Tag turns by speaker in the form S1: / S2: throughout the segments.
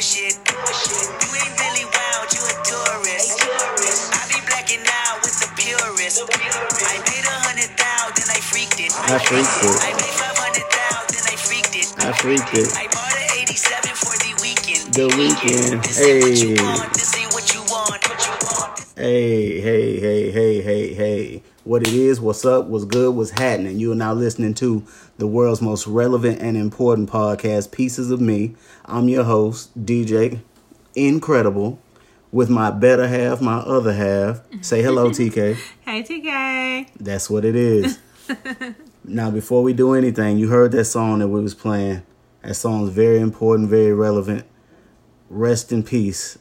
S1: shit. You ain't really wild, you a tourist. I be blacking out with the purist. I paid a hundred thou, then I freaked it.
S2: I freaked
S1: I
S2: it.
S1: paid five hundred thou, then I freaked it.
S2: I freaked it.
S1: I bought a 87 for the weekend.
S2: The weekend.
S1: This ain't what you
S2: Hey.
S1: want, this ain't what you want. What you want.
S2: Hey, hey, hey, hey, hey, hey. What it is, what's up, what's good, what's happening. You are now listening to the world's most relevant and important podcast, Pieces of Me. I'm your host, DJ Incredible, with my better half, my other half. Say hello, TK.
S3: Hey TK.
S2: That's what it is. now, before we do anything, you heard that song that we was playing. That song's very important, very relevant. Rest in peace,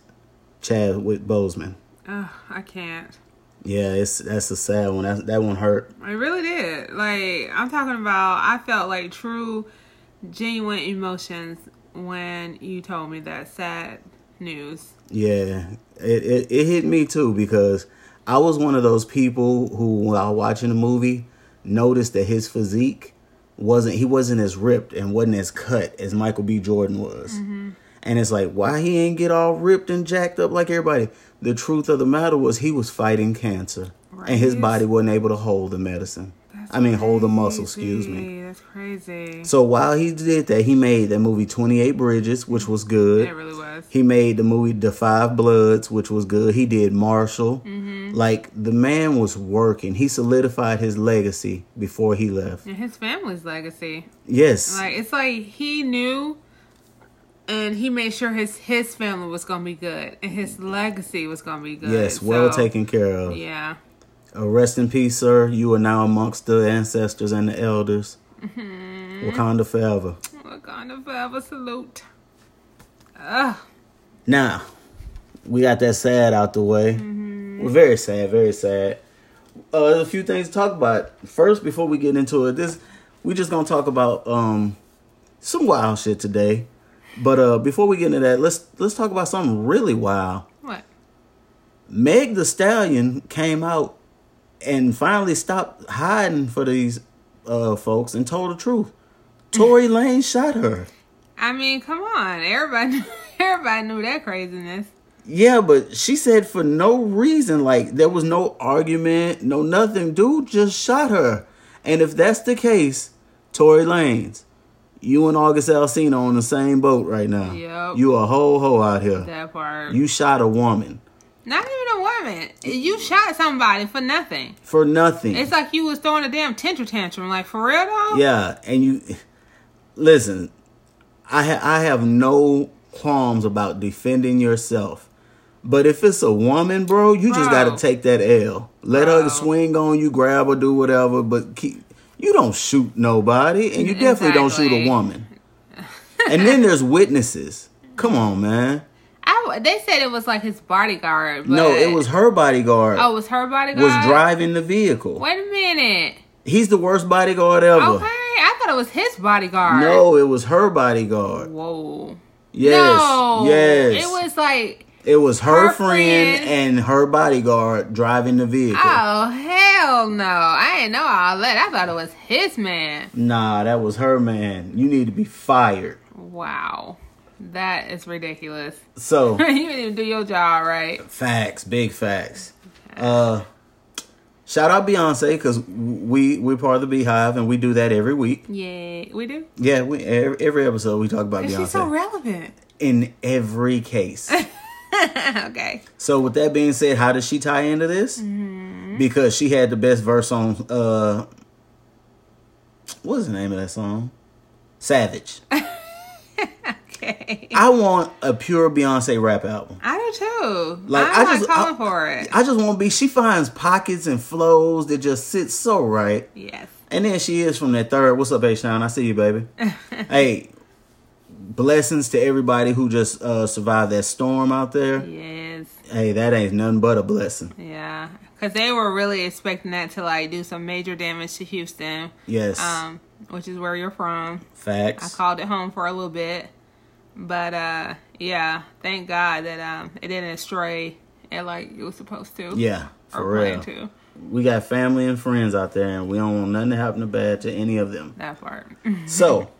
S2: Chadwick Bozeman.
S3: Ugh, I can't.
S2: Yeah, it's that's a sad one. That that one hurt.
S3: I really did. Like I'm talking about I felt like true genuine emotions when you told me that sad news.
S2: Yeah, it, it it hit me too because I was one of those people who, while watching the movie, noticed that his physique wasn't he wasn't as ripped and wasn't as cut as Michael B. Jordan was.
S3: Mm-hmm.
S2: And it's like, why he ain't get all ripped and jacked up like everybody? The truth of the matter was he was fighting cancer, and his
S3: Right.
S2: body wasn't able to hold the medicine. I mean, hold the muscle. Excuse me.
S3: Crazy. That's crazy.
S2: So while he did that, he made that movie Twenty Eight Bridges, which was good.
S3: It really was.
S2: He made the movie The Five Bloods, which was good. He did Marshall.
S3: Mm-hmm.
S2: Like the man was working. He solidified his legacy before he left.
S3: And his family's legacy.
S2: Yes,
S3: Like it's like he knew and he made sure his his family was gonna be good and his legacy was gonna be good.
S2: yes, well
S3: So,
S2: taken care of.
S3: Yeah.
S2: Uh, rest in peace, sir. You are now amongst the ancestors and the elders.
S3: Mm-hmm.
S2: Wakanda forever.
S3: Wakanda forever salute. Ugh.
S2: Now, we got that sad out the way. We're very sad, very sad. Uh, there's a few things to talk about. First, before we get into it, this we just gonna talk about um some wild shit today. But uh before we get into that, let's let's talk about something really wild.
S3: What?
S2: Meg the Stallion came out and finally stopped hiding for these uh folks and told the truth. Tory Lane shot her.
S3: I mean, come on. Everybody everybody knew that craziness.
S2: Yeah, but she said for no reason, like there was no argument, no nothing. Dude just shot her. And if that's the case, Tory Lanez, you and August Alsina on the same boat right now.
S3: Yup.
S2: You a whole hoe out here.
S3: That part.
S2: you shot a woman
S3: Not even a woman. You shot somebody for nothing.
S2: for nothing.
S3: It's like you was throwing a damn tantrum tantrum. Like for real though?
S2: yeah, and you listen. I ha- I have no qualms about defending yourself, but if it's a woman, bro, you just
S3: Bro.
S2: got to take that L. Let her
S3: Bro.
S2: swing on you, grab or do whatever, but keep. You don't shoot nobody, and you definitely don't shoot a
S3: Exactly.
S2: woman. and then there's witnesses. Come on, man.
S3: I w they said it was like his bodyguard. But,
S2: No, it was her bodyguard
S3: Oh, it was her bodyguard.
S2: was driving the vehicle.
S3: Wait a minute.
S2: He's the worst bodyguard ever.
S3: Okay, I thought it was his bodyguard.
S2: No, it was her bodyguard.
S3: Whoa.
S2: Yes,
S3: No.
S2: yes.
S3: It was like,
S2: It was her,
S3: Her
S2: friend,
S3: friend.
S2: and her bodyguard driving the vehicle.
S3: oh hell no! I didn't know all that. I thought it was his man.
S2: Nah, that was her man. You need to be fired.
S3: Wow, that is ridiculous.
S2: So
S3: you didn't even do your job right.
S2: facts, big facts. Uh, shout out Beyonce because we we part of the Beehive and we do that every week.
S3: Yeah, we do.
S2: Yeah, we every, every episode we talk about
S3: But
S2: Beyonce
S3: she's so relevant.
S2: in every case.
S3: okay.
S2: So with that being said, how does she tie into this?
S3: Mm-hmm.
S2: Because she had the best verse on uh what is the name of that song? Savage.
S3: Okay.
S2: I want a pure Beyonce rap album.
S3: I do too.
S2: Like,
S3: I'm
S2: I
S3: not
S2: just-
S3: calling
S2: I-
S3: for it.
S2: I just want to be she finds pockets and flows that just sit so right.
S3: yes.
S2: And then she is from that third. What's up, H Town? I see you, baby. hey, blessings to everybody who just uh survived that storm out
S3: Mm-hmm.
S2: there.
S3: Yes.
S2: Hey, that ain't nothing but a blessing.
S3: Yeah. Because they were really expecting that to like do some major damage to Houston,
S2: Yes.
S3: um, which is where you're from. I
S2: facts.
S3: called it home for a little bit. But uh yeah, thank God that um it didn't stray at like it was supposed to.
S2: yeah, for
S3: Or
S2: real.
S3: planned to.
S2: we got family and friends out there, and we don't want nothing to happen to bad to any of them.
S3: That part.
S2: So,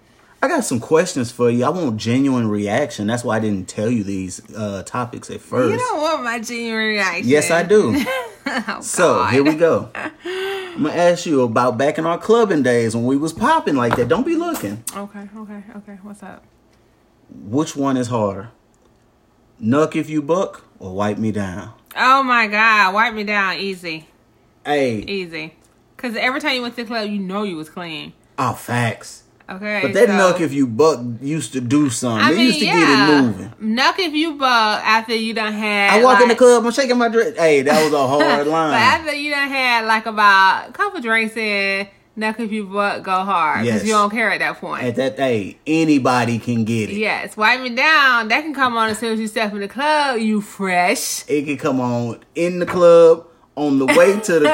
S2: I got some questions for you. I want genuine reaction. That's why I didn't tell you these uh, topics at first.
S3: You don't want my genuine reaction.
S2: yes, I do.
S3: Oh,
S2: So
S3: God.
S2: here we go. I'm gonna ask you about back in our clubbing days when we was popping like that. Don't be looking.
S3: Okay, okay, okay. What's up?
S2: Which one is harder? Nuck if you buck or wipe me down.
S3: Oh my God, wipe me down, easy,
S2: Hey,
S3: easy. Cause every time you went to the club, you know you was clean.
S2: oh facts.
S3: Okay,
S2: But that
S3: so-
S2: nuck if you buck used to do something.
S3: I
S2: they
S3: mean,
S2: used to
S3: yeah,
S2: get it moving.
S3: Knock if you bug after you done had.
S2: I walk in the
S3: like-
S2: club, I'm shaking my dress. Hey, that was a hard
S3: But
S2: line.
S3: after you done had like about a couple drinks in, knock if you butt go hard because
S2: Yes.
S3: you don't care at that point.
S2: At that hey, anybody can get it.
S3: yes, wipe me down. That can come on as soon as you step in the club. You fresh.
S2: It could come on in the club, on the way to the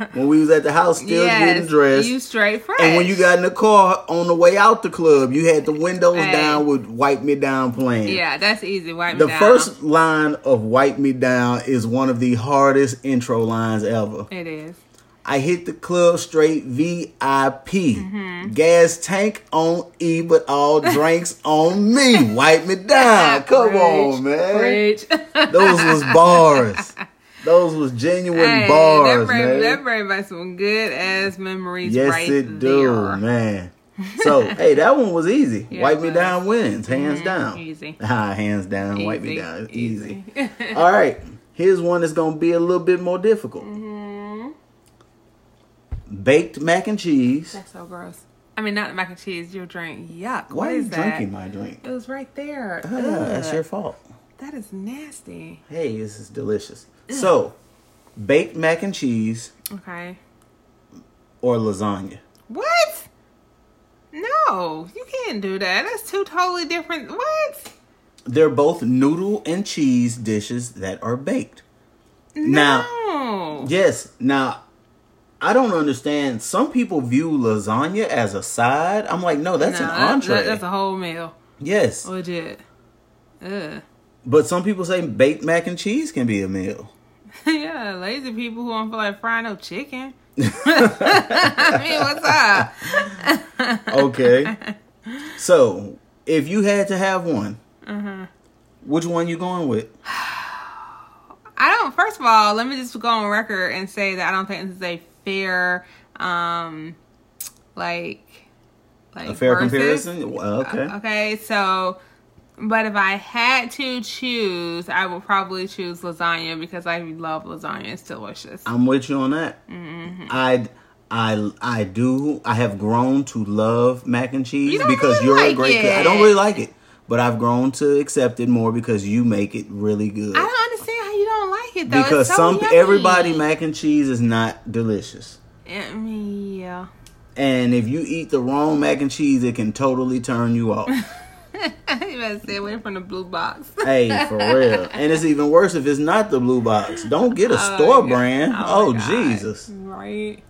S2: club, when we was at the house still getting
S3: yes,
S2: dressed.
S3: you straight fresh.
S2: And when you got in the car on the way out the club, you had the windows
S3: Hey.
S2: down with "Wipe Me Down" playing.
S3: yeah, that's easy. Wipe
S2: The
S3: me down.
S2: first line of "Wipe Me Down" is one of the hardest intro lines ever.
S3: it is.
S2: I hit the club straight VIP, gas tank on E, but all drinks on me. Wipe me down. Ah, Come
S3: Preach,
S2: on, man.
S3: preach.
S2: Those was bars. Those was genuine
S3: Hey, that
S2: bars,
S3: bring,
S2: man.
S3: That bring back some good ass memories.
S2: Yes,
S3: right
S2: it do,
S3: there.
S2: man. So, hey, that one was easy.
S3: Yeah,
S2: wipe
S3: it
S2: me
S3: was. Mm-hmm.
S2: down wins, hands down.
S3: easy.
S2: Ah, hands down, wipe me down. Easy.
S3: easy.
S2: All right, here's one that's going to be a little bit more difficult.
S3: Mm-hmm.
S2: Baked mac and cheese.
S3: That's so gross. I mean, not the mac and cheese. Your drink. Yuck.
S2: Why
S3: what
S2: are you
S3: is that?
S2: drinking my drink?
S3: It was right there.
S2: Ah, that's
S3: Ugh.
S2: your fault.
S3: That is nasty.
S2: Hey, this is delicious. So, baked mac and cheese
S3: Okay.
S2: or lasagna?
S3: What? No, you can't do that. That's two totally different. What?
S2: They're both noodle and cheese dishes that are baked. Now-
S3: No.
S2: Yes. Now, I don't understand. Some people view lasagna as a side. I'm like, no, that's
S3: No,
S2: an
S3: that-
S2: entree.
S3: that- that's a whole meal.
S2: yes.
S3: Legit. Ugh.
S2: But some people say baked mac and cheese can be a meal.
S3: yeah, lazy people who don't feel like frying no chicken. I mean, what's up?
S2: Okay. so, if you had to have one,
S3: Mm-hmm.
S2: which one you going with?
S3: I don't. First of all, let me just go on record and say that I don't think this is a fair, um, like, like
S2: A fair
S3: versus. Uh,
S2: comparison? Well, Okay.
S3: Okay, so, but if I had to choose, I would probably choose lasagna because I love lasagna. It's delicious.
S2: I'm with you on that.
S3: Mm-hmm.
S2: I I I do. I have grown to love mac and cheese
S3: You don't
S2: because
S3: really
S2: you're a
S3: like
S2: great. cook. I
S3: it.
S2: don't really like it, but I've grown to accept it more because you make it really good.
S3: I don't understand how you don't like it though. It's
S2: because
S3: so
S2: some
S3: yummy.
S2: everybody mac and cheese is not delicious,
S3: I mean, yeah.
S2: and if you eat the wrong mac and cheese, it can totally turn you off.
S3: you better stay away from the blue box.
S2: hey, for real. And it's even worse if it's not the blue box. Don't get a store
S3: God.
S2: brand.
S3: Oh,
S2: oh
S3: my God.
S2: Jesus.
S3: right.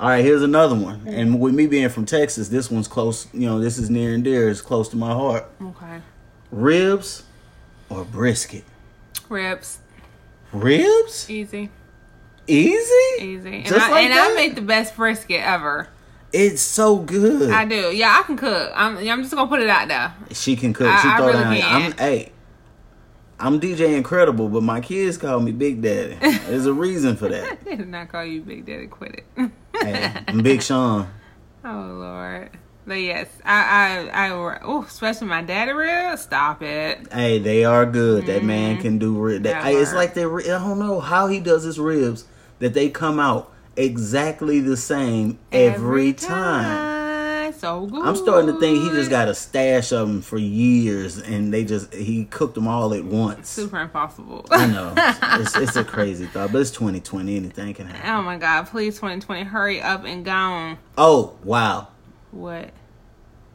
S2: All right, here's another one.
S3: Mm-hmm.
S2: And with me being from Texas, this one's close. You know, this is near and dear. It's close to my heart.
S3: Okay.
S2: Ribs or brisket?
S3: Rips.
S2: Ribs?
S3: Easy.
S2: Easy?
S3: Easy. And,
S2: Just
S3: I,
S2: like
S3: and
S2: that?
S3: I make the best brisket ever.
S2: It's so good.
S3: I do. Yeah, I can cook. I'm, yeah, I'm just gonna put it out there.
S2: she can cook.
S3: I-
S2: she
S3: I
S2: throw
S3: really
S2: down.
S3: can.
S2: I'm hey. I'm DJ Incredible, but my kids call me Big Daddy. There's a reason for that.
S3: They did not call you Big Daddy. Quit it.
S2: Hey, I'm Big Sean.
S3: oh Lord. But yes, I I I oh, especially my daddy real. Stop it.
S2: Hey, they are good. That man can do ribs.
S3: That
S2: It's
S3: work.
S2: like Mm-hmm. they. ri- I don't know how he does his ribs that they come out exactly the same every, time.
S3: time. So good.
S2: I'm starting to think he just got a stash of them for years, and they just he cooked them all at once.
S3: super impossible.
S2: I know it's, it's a crazy thought, but it's 2020. Anything can happen.
S3: oh my God! Please, 2020, hurry up and gone.
S2: Oh wow!
S3: What?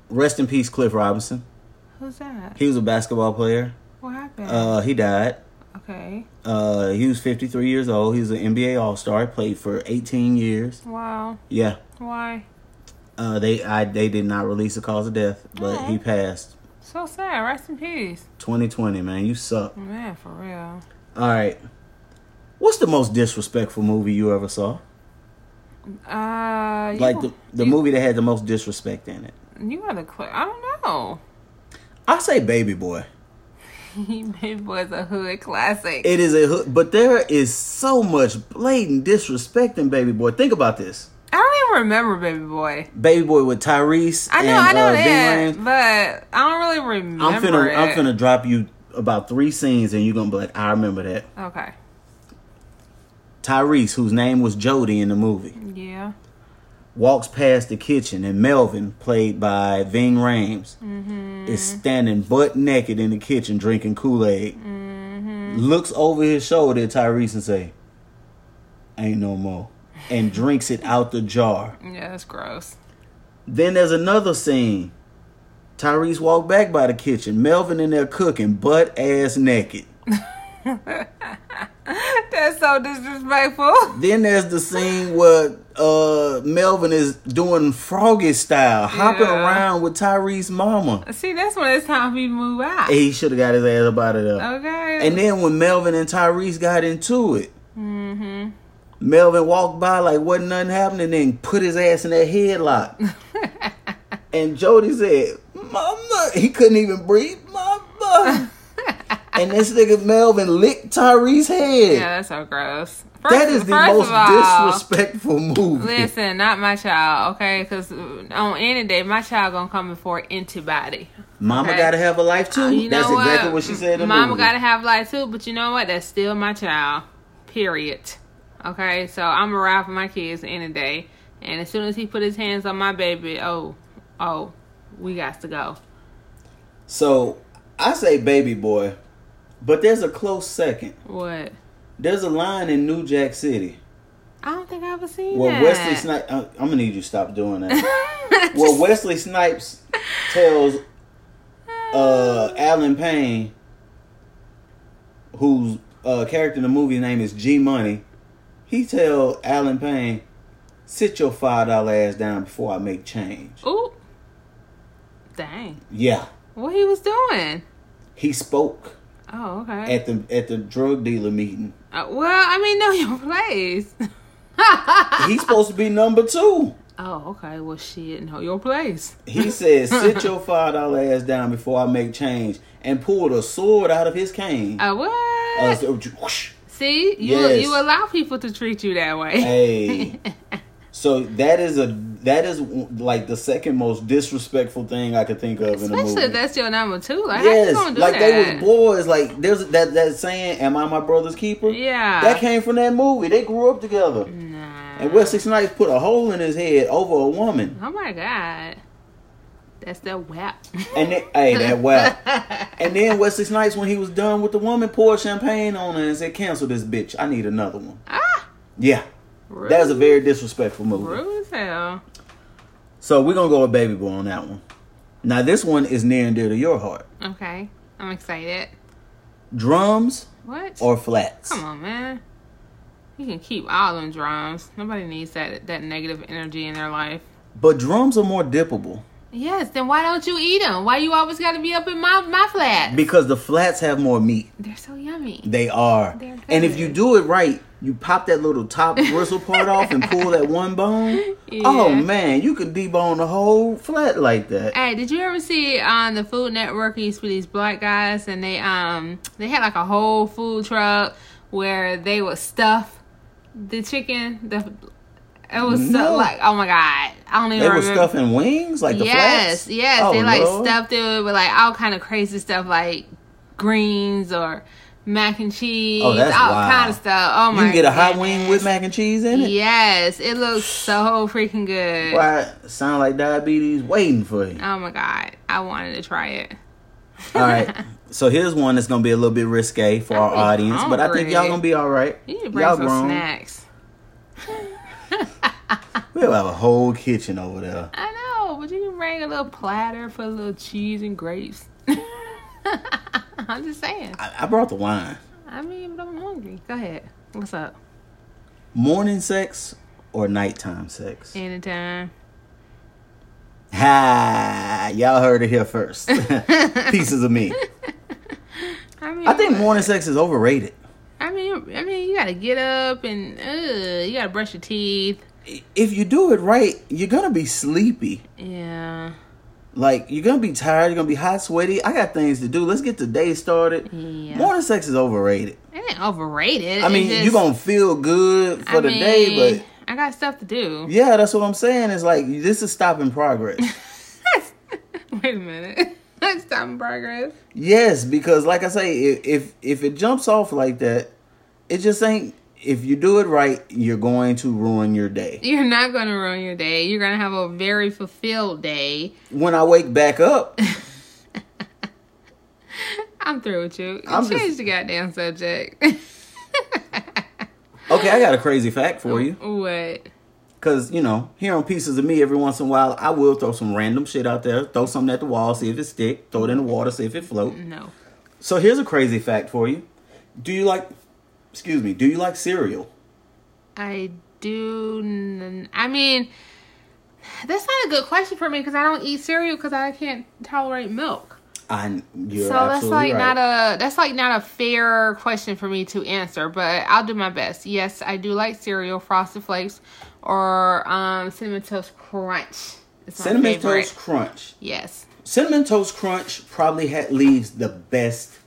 S2: Rest in peace, Cliff Robinson.
S3: Who's that?
S2: He was a basketball player.
S3: What happened?
S2: Uh, he died.
S3: okay.
S2: Uh, he was 53 years old. He was an NBA All Star. Played for 18 years.
S3: Wow.
S2: Yeah.
S3: Why?
S2: Uh, they I they did not release the cause of death, but
S3: Aw.
S2: he passed.
S3: So sad. Rest in peace.
S2: 2020, man, you suck.
S3: Man, for real.
S2: All right, what's the most disrespectful movie you ever saw?
S3: Uh, you-
S2: Like the the
S3: Uh, you-
S2: movie that had the most disrespect in it.
S3: You are the cl- I don't know.
S2: I say Baby Boy.
S3: Baby Boy's a hood classic.
S2: It is a hood, but there is so much blatant disrespect in Baby Boy. Think about this.
S3: I don't even remember Baby Boy.
S2: Baby Boy with Tyrese.
S3: I know,
S2: and,
S3: I know
S2: uh, Ving
S3: that,
S2: Rhames.
S3: but I don't really remember.
S2: I'm finna,
S3: it.
S2: I'm finna drop you about three scenes, and you're gonna be like, I remember that.
S3: Okay.
S2: Tyrese, whose name was Jody in the movie,
S3: Yeah.
S2: walks past the kitchen, and Melvin, played by Ving Rhames, is standing butt naked in the kitchen drinking Kool Aid. Looks over his shoulder at Tyrese and say, "Ain't no more," and drinks it out the jar.
S3: Yeah, that's gross.
S2: Then there's another scene. Tyrese walked back by the kitchen. Melvin in there cooking, butt ass naked.
S3: That's so disrespectful.
S2: Then there's the scene where uh, Melvin is doing froggy style, hopping
S3: Yeah.
S2: around with Tyrese's mama.
S3: See, that's when it's time for me to move out.
S2: He should have got his ass up out of there.
S3: Okay.
S2: And then when Melvin and Tyrese got into it,
S3: Mm-hmm.
S2: Melvin walked by like wasn't nothing happening, then put his ass in that headlock. and Jody said, "Mama," he couldn't even breathe, "Mama." and this nigga Melvin licked Tyrese's head.
S3: yeah, that's so gross. First,
S2: that is the
S3: first
S2: most
S3: of all,
S2: disrespectful move.
S3: Listen, not my child, okay? Because on any day, my child gonna come before anybody.
S2: Mama
S3: Okay.
S2: gotta have a life too.
S3: You
S2: That's
S3: know
S2: exactly what she said. In the
S3: Mama
S2: movie.
S3: gotta have life too, but you know what? That's still my child. Period. Okay, so I'm around for my kids any day, and as soon as he put his hands on my baby, oh, oh, we got to go.
S2: So I say baby boy, but there's a close second.
S3: What?
S2: There's a line in New Jack City.
S3: I don't think I've ever seen
S2: Well,
S3: that.
S2: Wesley Snipes. I'm gonna need you to stop doing that. well, Wesley Snipes tells
S3: Oh.
S2: uh, Alan Payne, whose uh, character in the movie name is G Money, he tell Alan Payne, "Sit your five dollar ass down before I make change."
S3: Ooh, dang,
S2: Yeah,
S3: what he was doing?
S2: he spoke
S3: Oh, okay.
S2: at the at the drug dealer meeting.
S3: Uh, well, I mean, know your place.
S2: He's supposed to be number two.
S3: oh, okay. Well, shit, know your place.
S2: He said, "Sit your five dollar ass down before I make change," and pulled a sword out of his cane.
S3: Uh, what?
S2: Uh, so- whoosh.
S3: See, you
S2: Yes.
S3: you allow people to treat you that way.
S2: hey, so that is a that is like the second most disrespectful thing I could think of in a
S3: Especially
S2: movie.
S3: if that's your number two. Like, how you
S2: yes,
S3: gonna do
S2: like
S3: that?
S2: they was boys. Like there's that that saying, "Am I my brother's keeper?"
S3: Yeah.
S2: that came from that movie. They grew up together,
S3: Nah.
S2: and Wesley Snipes put a hole in his head over a woman.
S3: Oh my god, that's that Ah, whap.
S2: And then, hey, that wow. and then Wesley Snipes, when he was done with the woman, poured champagne on her and said, "Cancel this bitch. I need another one."
S3: ah,
S2: Yeah,
S3: rude,
S2: that was a very disrespectful movie.
S3: rude as hell.
S2: So we're gonna go with Baby Boy on that one. Now this one is near and dear to your heart.
S3: Okay, I'm excited.
S2: Drums
S3: What?
S2: or flats?
S3: Come on, man. You can keep all them drums. Nobody needs that that negative energy in their life.
S2: But drums are more dippable
S3: Yes, then why don't you eat them? Why you always got to be up in my my flat?
S2: because the flats have more meat.
S3: They're so yummy.
S2: They are.
S3: They're good.
S2: And if you do it right, you pop that little top bristle part off and pull that one bone. Oh
S3: Yeah.
S2: man, you could debone the whole flat like that.
S3: Hey, did you ever see on the Food Network? It used to be these black guys, and they um they had like a whole food truck where they would stuff the chicken. The it was
S2: No.
S3: so like oh my god, I don't even
S2: They were
S3: remember.
S2: stuffing wings like the
S3: yes,
S2: flats.
S3: yes,
S2: Oh,
S3: they like
S2: Lord.
S3: stuffed it with like all kind of crazy stuff like greens or mac and cheese,
S2: Oh, that's
S3: all
S2: wild.
S3: kind of stuff. Oh
S2: You
S3: my,
S2: can get a hot
S3: goodness.
S2: wing with mac and cheese in it.
S3: Yes, it looks so freaking good.
S2: Why sound like diabetes waiting for you?
S3: Oh my god, I wanted to try it.
S2: All right. So here's one that's gonna be a little bit risque for our
S3: I'm
S2: audience, but I think
S3: hungry.
S2: y'all gonna be all right.
S3: You need to bring
S2: all
S3: some snacks.
S2: We'll have a whole kitchen over there.
S3: I know, but you can bring a little platter for a little cheese and grapes. I'm just saying.
S2: I, I brought the wine.
S3: I mean, but I'm hungry. Go ahead. What's up?
S2: Morning sex or nighttime sex?
S3: Anytime.
S2: Ha! Y'all heard it here first. Pieces of me.
S3: I mean,
S2: I think morning sex is overrated.
S3: I mean, I mean, you gotta get up and uh, you gotta brush your teeth.
S2: If you do it right, you're gonna be sleepy.
S3: Yeah.
S2: Like you're gonna be tired, you're gonna be hot, sweaty. I got things to do. Let's get the day started.
S3: Yeah.
S2: Morning sex is overrated.
S3: It ain't overrated.
S2: I mean,
S3: It's
S2: you
S3: just-
S2: gonna feel good for
S3: I
S2: the
S3: mean,
S2: day, but
S3: I got stuff to do.
S2: yeah, that's what I'm saying. It's like this is stopping progress.
S3: Wait a minute. Let's stop in progress.
S2: yes, because like I say, if, if if it jumps off like that, it just ain't. If you do it right, you're going to ruin your day.
S3: You're not going to ruin your day. You're going to have a very fulfilled day.
S2: When I wake back up,
S3: I'm through with you.
S2: I'm
S3: Change
S2: just-
S3: the goddamn subject.
S2: okay, I got a crazy fact
S3: Oh.
S2: for you.
S3: what?
S2: Cause you know, here on pieces of me every once in a while, I will throw some random shit out there, throw something at the wall, see if it stick, throw it in the water, see if it float.
S3: No.
S2: So here's a crazy fact for you. Do you like excuse me, do you like cereal?
S3: I do. N- I mean, that's not a good question for me because I don't eat cereal because I can't tolerate milk.
S2: I you're
S3: so that's
S2: absolutely
S3: like
S2: right.
S3: not a that's like not a fair question for me to answer, but I'll do my best. Yes, I do like cereal, Frosted Flakes, or um, Cinnamon Toast Crunch. It's my
S2: Cinnamon
S3: favorite.
S2: Toast Crunch.
S3: Yes.
S2: Cinnamon Toast Crunch probably had leaves the best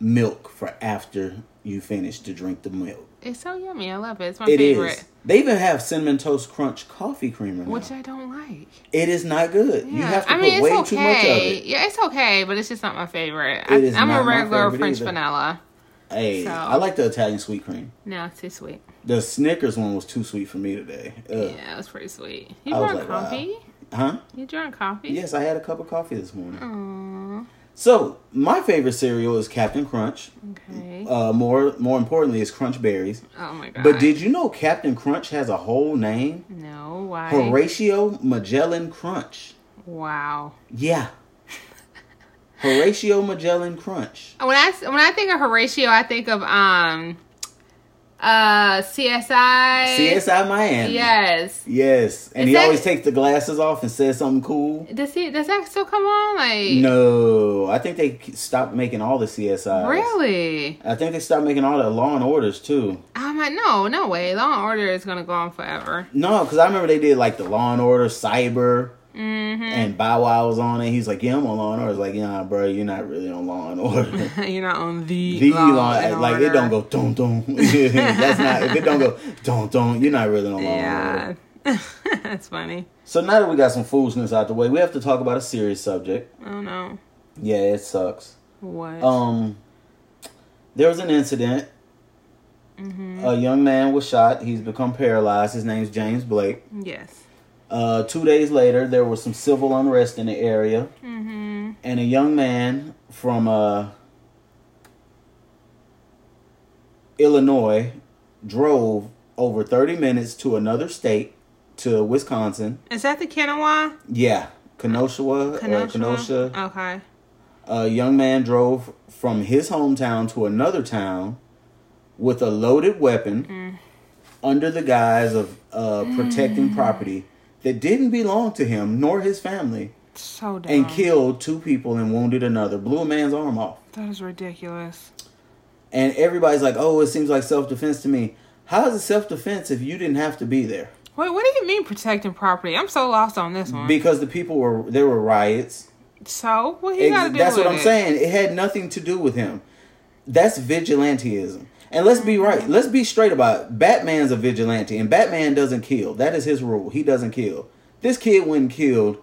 S2: milk for after you finish to drink the milk.
S3: It's so yummy. I love it. It's my
S2: It is.
S3: favorite.
S2: They even have Cinnamon Toast Crunch coffee creamer. now.
S3: Which I don't like.
S2: it is not good. You
S3: Yeah.
S2: have to
S3: I mean,
S2: put way
S3: it's
S2: too much of
S3: okay.
S2: it.
S3: Yeah, it's okay, but it's just not my favorite.
S2: It is
S3: I, I'm
S2: not
S3: a
S2: my
S3: regular
S2: favorite
S3: French
S2: either.
S3: vanilla.
S2: Hey,
S3: So-
S2: I like the Italian sweet cream.
S3: No, it's too sweet.
S2: The Snickers one was too sweet for me today. Ugh.
S3: Yeah, it was pretty sweet. You
S2: I was like,
S3: drank
S2: wow.
S3: coffee?
S2: Huh?
S3: You drank coffee?
S2: Yes, I had a cup of coffee this morning.
S3: Aw,
S2: So my favorite cereal is Captain Crunch.
S3: okay.
S2: Uh, more more importantly, is Crunch Berries.
S3: oh my god.
S2: But did you know Captain Crunch has a whole name?
S3: No, why?
S2: Horatio Magellan Crunch.
S3: Wow.
S2: Yeah. Horatio Magellan Crunch.
S3: When I when I think of Horatio, I think of um, uh, CSI.
S2: CSI Miami.
S3: Yes.
S2: Yes, and
S3: Is
S2: he
S3: that-
S2: always takes the glasses off and says something cool.
S3: Does he? Does that still come on? Like
S2: No, I think they stopped making all the CSIs.
S3: Really?
S2: I think they stopped making all the Law and Orders too.
S3: I'm like, no, no way. Law and Order is gonna go on forever.
S2: No, because I remember they did like the Law and Order, Cyber,
S3: Mm-hmm.
S2: and Bow Wow was on it. He's like, "Yeah, I'm on Law and Order." It's like, "Yeah, bro, you're not really on Law and Order."
S3: You're not on the,
S2: The
S3: Law
S2: Law,
S3: and
S2: like
S3: Order.
S2: it don't go don't don't. That's not if it don't go don't don't. You're not really on Law and
S3: Yeah,
S2: Order.
S3: that's funny.
S2: So now that we got some foolishness out the way, we have to talk about a serious subject.
S3: I don't know
S2: Yeah, it sucks.
S3: what.
S2: Um, there was an incident. A young man was shot. He's become paralyzed. His name's James Blake.
S3: yes.
S2: Uh, two days later, there was some civil unrest in the area, and a young man from uh, Illinois drove over 30 minutes to another state, to Wisconsin.
S3: Is that the Kenowa?
S2: Yeah, Kenosha. Kenosha. Uh,
S3: Kenosha.
S2: Kenosha.
S3: Okay.
S2: A young man drove from his hometown to another town with a loaded weapon under the guise of uh, protecting property that didn't belong to him nor his family
S3: So dumb.
S2: and killed two people and wounded another, blew a man's arm off.
S3: That is ridiculous.
S2: And everybody's like, oh, it seems like self defense to me. How is it self defense if you didn't have to be there?
S3: Wait, what do you mean protecting property? I'm so lost on this one.
S2: Because the people were, there were riots.
S3: so what he
S2: Ex-
S3: got to do?
S2: that's what
S3: with
S2: I'm
S3: it?
S2: saying. It had nothing to do with him. That's vigilantism. And let's be right. Let's be straight about it. Batman's a vigilante, and Batman doesn't kill. That is his rule. He doesn't kill. This kid went and killed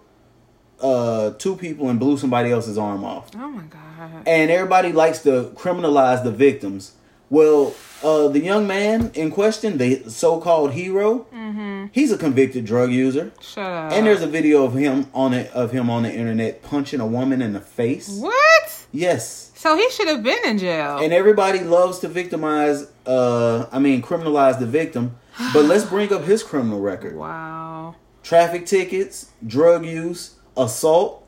S2: uh, two people and blew somebody else's arm off.
S3: Oh my god.
S2: And everybody likes to criminalize the victims. Well, uh, the young man in question, the so-called hero,
S3: Mm-hmm.
S2: he's a convicted drug user,
S3: Shut up.
S2: and there's a video of him on it of him on the internet punching a woman in the face.
S3: what?
S2: Yes.
S3: So he should have been in jail.
S2: And everybody loves to victimize, uh, I mean, criminalize the victim. But let's bring up his criminal record
S3: wow.
S2: traffic tickets, drug use, assault.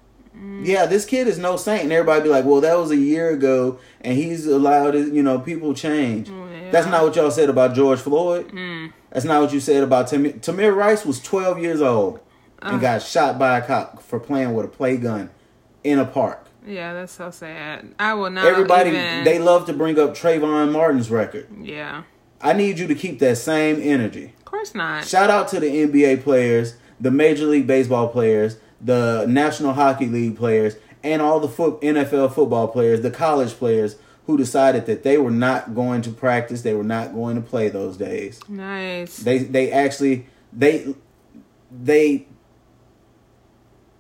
S2: Yeah, this kid is no saint. And everybody be like, well, that was a year ago, and he's allowed, it- you know, people change.
S3: yeah.
S2: That's not what y'all said about George Floyd. That's not what you said about Tamir. Tamir Rice was 12 years old and got shot by a cop for playing with a play gun in a park.
S3: Yeah, that's so sad. I will not.
S2: Everybody,
S3: even-
S2: they love to bring up Trayvon Martin's record.
S3: Yeah.
S2: I need you to keep that same energy.
S3: Of course not.
S2: Shout out to the NBA players, the Major League Baseball players, the National Hockey League players, and all the foot NFL football players, the college players who decided that they were not going to practice, they were not going to play those days.
S3: Nice.
S2: They they actually they they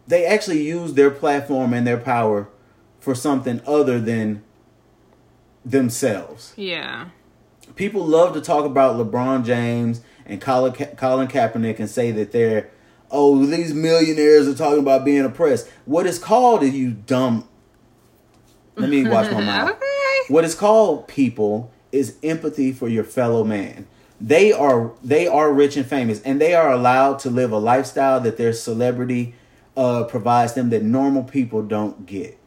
S2: they actually used their platform and their power for something other than themselves.
S3: yeah.
S2: People love to talk about LeBron James and Colin, Ka- Colin Kaepernick and say that they're oh these millionaires are talking about being oppressed. What it's called is you dumb. Let me watch my mouth.
S3: Okay.
S2: What is called people is empathy for your fellow man. They are they are rich and famous, and they are allowed to live a lifestyle that their celebrity uh, provides them that normal people don't get.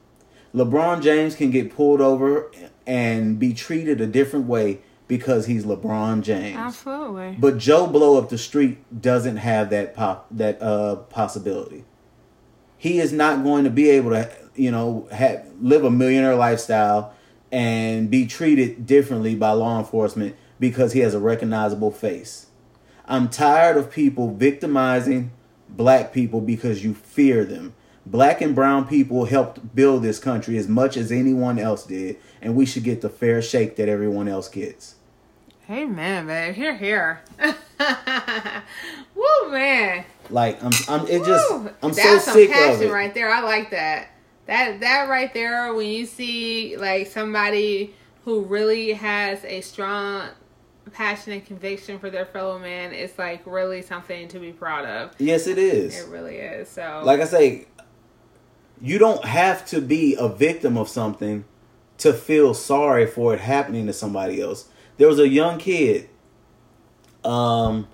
S2: LeBron James can get pulled over and be treated a different way because he's LeBron James.
S3: Absolutely.
S2: But Joe Blow up the street doesn't have that pop that uh possibility. He is not going to be able to you know have, live a millionaire lifestyle and be treated differently by law enforcement because he has a recognizable face. I'm tired of people victimizing black people because you fear them. Black and brown people helped build this country as much as anyone else did, and we should get the fair shake that everyone else gets.
S3: Hey man, babe. Here, here. Woo man.
S2: Like I'm, I'm. It just,
S3: Woo.
S2: I'm
S3: That's
S2: so
S3: some
S2: sick
S3: passion
S2: of it.
S3: right there. I like that. That that right there when you see like somebody who really has a strong passion and conviction for their fellow man, it's like really something to be proud of.
S2: Yes, it
S3: It
S2: is.
S3: really is. So
S2: Like I say, you don't have to be a victim of something to feel sorry for it happening to somebody else. There was a young kid, um,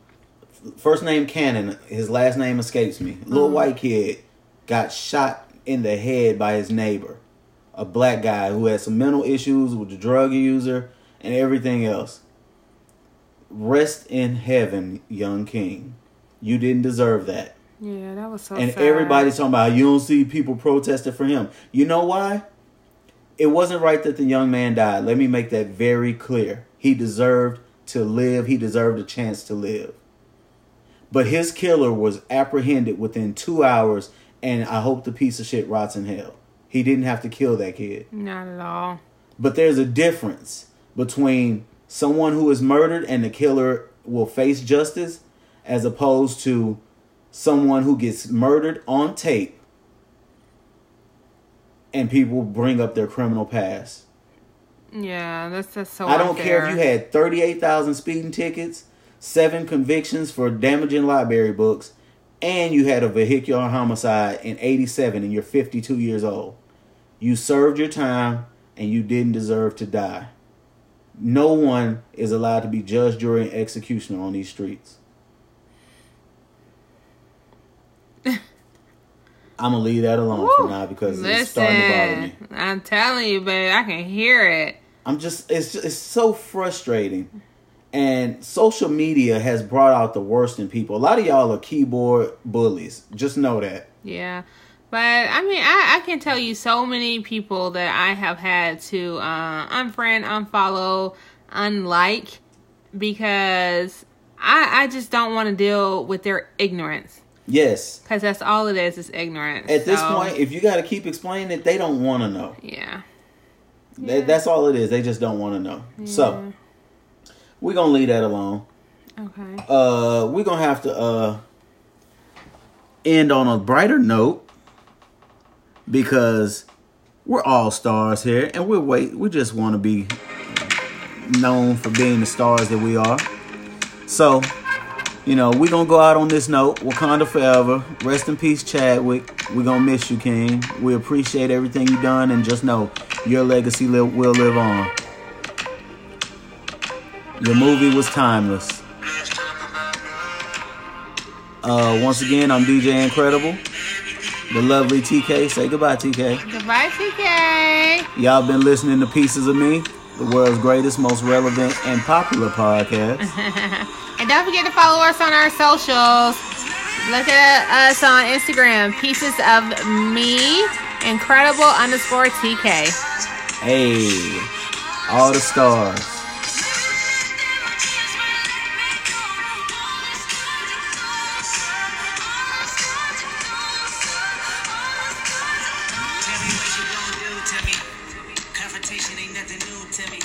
S2: first name Cannon, his last name escapes me. Little white kid got shot in the head by his neighbor, a black guy who had some mental issues, was a drug user, and everything else. Rest in heaven, young king. You didn't deserve that
S3: Yeah, that was so
S2: and
S3: sad.
S2: everybody's talking about you don't see people protesting for him. You know why? It wasn't right that the young man died. Let me make that very clear. He deserved to live. He deserved a chance to live. But his killer was apprehended within two hours, and I hope the piece of shit rots in hell. He didn't have to kill that kid.
S3: Not at all.
S2: But there's a difference between someone who is murdered and the killer will face justice as opposed to someone who gets murdered on tape and people bring up their criminal past.
S3: Yeah, that's that's so.
S2: I don't care
S3: unfair.
S2: if you had 38,000 speeding tickets, seven convictions for damaging library books, and you had a vehicular homicide in 87 and you're 52 years old. You served your time and you didn't deserve to die. No one is allowed to be judge, jury, and executioner on these streets. I'm gonna leave that alone for
S3: Woo.
S2: now because it's
S3: Listen,
S2: starting to bother me.
S3: I'm telling you, baby, I can hear it.
S2: I'm just it's it's so frustrating. And social media has brought out the worst in people. A lot of y'all are keyboard bullies. Just know that.
S3: Yeah. But I mean, I, I can tell you so many people that I have had to uh, unfriend, unfollow, unlike because I I just don't want to deal with their ignorance
S2: Yes.
S3: because that's all it is is ignorance.
S2: At this
S3: So,
S2: point, if you got to keep explaining it, they don't want to know.
S3: yeah,
S2: That- that's all it is. They just don't want to know. So, we're going to leave that alone.
S3: okay,
S2: Uh, we're going to have to uh end on a brighter note because we're all stars here and we're wait we just want to be known for being the stars that we are so you know we're gonna go out on this note wakanda forever rest in peace chadwick we're gonna miss you king we appreciate everything you done and just know your legacy li- will live on your movie was timeless uh, once again i'm dj incredible the lovely tk say goodbye tk
S3: goodbye, TK.
S2: Y'all been listening to Pieces of Me, the world's greatest, most relevant, and popular podcast.
S3: And don't forget to follow us on our socials. Look at us on Instagram, Pieces of Me, Incredible underscore TK.
S2: hey, all the stars.
S1: Thank you. Meditation ain't nothing new to me.